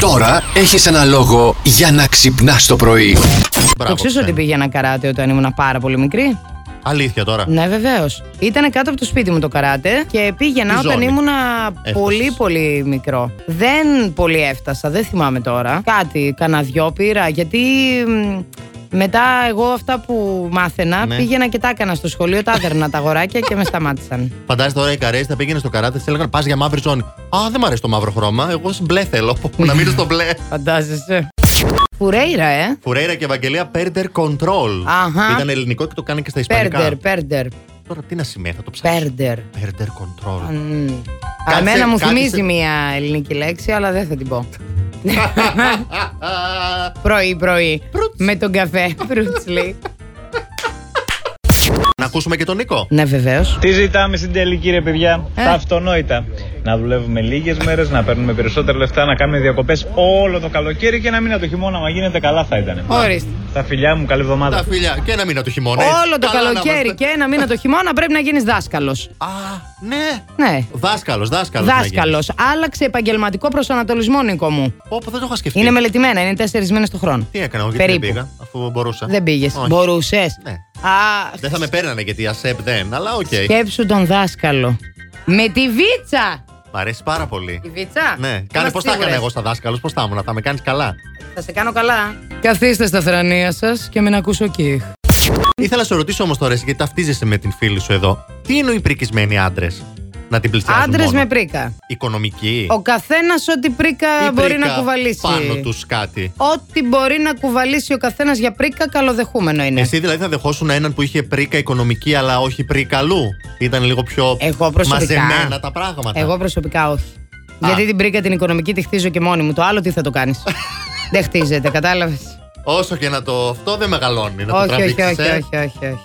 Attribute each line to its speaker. Speaker 1: Τώρα έχεις ένα λόγο για να ξυπνάς το πρωί.
Speaker 2: Το
Speaker 3: Μπράβο.
Speaker 2: ξέρεις
Speaker 3: Ξένη.
Speaker 2: ότι πήγαινα καράτε όταν ήμουν πάρα πολύ μικρή.
Speaker 3: Αλήθεια τώρα.
Speaker 2: Ναι, βεβαίως. Ήταν κάτω από το σπίτι μου το καράτε και πήγαινα
Speaker 3: Τι
Speaker 2: όταν
Speaker 3: ζώνη.
Speaker 2: ήμουν
Speaker 3: Έφτασες.
Speaker 2: πολύ πολύ μικρό. Δεν πολύ έφτασα, δεν θυμάμαι τώρα. Κάτι, κανένα δυο πήρα, γιατί μ, μετά εγώ αυτά που μάθαινα
Speaker 3: Ναι.
Speaker 2: πήγαινα και τα έκανα στο σχολείο, τα έδερνα τα αγοράκια και με σταμάτησαν.
Speaker 3: Φαντάζεσαι τώρα οι καρέε θα πήγαινε στο καράτε, θα έλεγαν Πας για μαύρη ζώνη. Α, δεν μου αρέσει το μαύρο χρώμα. Εγώ μπλε θέλω. να μείνω στο μπλε.
Speaker 2: Φαντάζεσαι. Φουρέιρα, ε.
Speaker 3: Φουρέιρα και Ευαγγελία Πέρντερ Control.
Speaker 2: Αχα.
Speaker 3: Ήταν ελληνικό και το κάνει και στα ισπανικά.
Speaker 2: Πέρντερ, πέρντερ,
Speaker 3: Τώρα τι να σημαίνει, θα το ψάξω.
Speaker 2: πέρντερ.
Speaker 3: Πέρντερ Control.
Speaker 2: Μμμ.
Speaker 3: Κάτσε,
Speaker 2: Εμένα μου
Speaker 3: κάτσε.
Speaker 2: θυμίζει μια ελληνική λέξη, αλλά δεν θα την πω. ναι. Πρωί-πρωί. Με τον καφέ. Προύτσλι.
Speaker 3: να ακούσουμε και τον Νίκο.
Speaker 2: Ναι, βεβαίως.
Speaker 4: Τι ζητάμε στην τελική, ρε παιδιά.
Speaker 2: Ε.
Speaker 4: Τα αυτονόητα. Να δουλεύουμε λίγες μέρες, να παίρνουμε περισσότερα λεφτά, να κάνουμε διακοπές όλο το καλοκαίρι και ένα μήνα το χειμώνα. Μα γίνεται καλά θα ήταν.
Speaker 2: Ορίστε.
Speaker 4: Τα φιλιά μου, καλή εβδομάδα.
Speaker 3: Τα φιλιά και ένα μήνα το χειμώνα. έτσι.
Speaker 2: Όλο το
Speaker 3: Καλά να
Speaker 2: καλοκαίρι
Speaker 3: είμαστε.
Speaker 2: και ένα μήνα το χειμώνα πρέπει να γίνεις δάσκαλος.
Speaker 3: Α, ναι.
Speaker 2: Ναι.
Speaker 3: Δάσκαλος, δάσκαλος.
Speaker 2: Δάσκαλος. Άλλαξε επαγγελματικό προσανατολισμό, Νίκο μου.
Speaker 3: Όπου δεν το είχα σκεφτεί.
Speaker 2: Είναι μελετημένα, είναι τέσσερις μήνες το χρόνο.
Speaker 3: Τι έκανα, εγώ γιατί
Speaker 2: Περίπου.
Speaker 3: δεν πήγα, αφού μπορούσα.
Speaker 2: Δεν πήγες.
Speaker 3: Όχι.
Speaker 2: Μπορούσες.
Speaker 3: Ναι.
Speaker 2: Α,
Speaker 3: Δεν θα με παίρνανε γιατί η ΑΣΕΠ δεν, αλλά οκ.
Speaker 2: σκέψου τον δάσκαλο. Με τη βίτσα!
Speaker 3: Μ' αρέσει πάρα πολύ.
Speaker 2: Τη βίτσα?
Speaker 3: Ναι, κάνε
Speaker 2: Είμαστε
Speaker 3: πώς τα έκανα
Speaker 2: σίγουρες.
Speaker 3: εγώ στα δάσκαλο, πώς θα ήμουν, θα με κάνεις καλά.
Speaker 2: Θα σε κάνω καλά. Καθίστε στα θρανία σας και μην ακούσω κιχ.
Speaker 3: Ήθελα να σε ρωτήσω όμως τώρα, εσύ, γιατί ταυτίζεσαι με την φίλη σου εδώ. Τι εννοεί πρικισμένοι άντρες, να την πλησιάζουν.
Speaker 2: Άντρες
Speaker 3: μόνο.
Speaker 2: με πρίκα.
Speaker 3: Οικονομική.
Speaker 2: Ο καθένας ό,τι πρίκα
Speaker 3: ή
Speaker 2: μπορεί
Speaker 3: πρίκα
Speaker 2: να κουβαλήσει.
Speaker 3: Πάνω τους κάτι.
Speaker 2: Ό,τι μπορεί να κουβαλήσει ο καθένας για πρίκα, καλοδεχούμενο είναι.
Speaker 3: Εσύ δηλαδή θα δεχόσουν έναν που είχε πρίκα οικονομική, αλλά όχι πρικαλού. Ήταν λίγο πιο
Speaker 2: Εγώ προσωπικά.
Speaker 3: μαζεμένα τα πράγματα.
Speaker 2: Εγώ προσωπικά όχι.
Speaker 3: Α.
Speaker 2: Γιατί την πρίκα την οικονομική τη χτίζω και μόνη μου. Το άλλο τι θα το κάνεις. δεν χτίζεται, κατάλαβες.
Speaker 3: Όσο και να το. Αυτό δεν μεγαλώνει. Να το
Speaker 2: όχι, όχι,
Speaker 3: τραβήξεις,
Speaker 2: όχι,
Speaker 3: ε.
Speaker 2: όχι, όχι, όχι.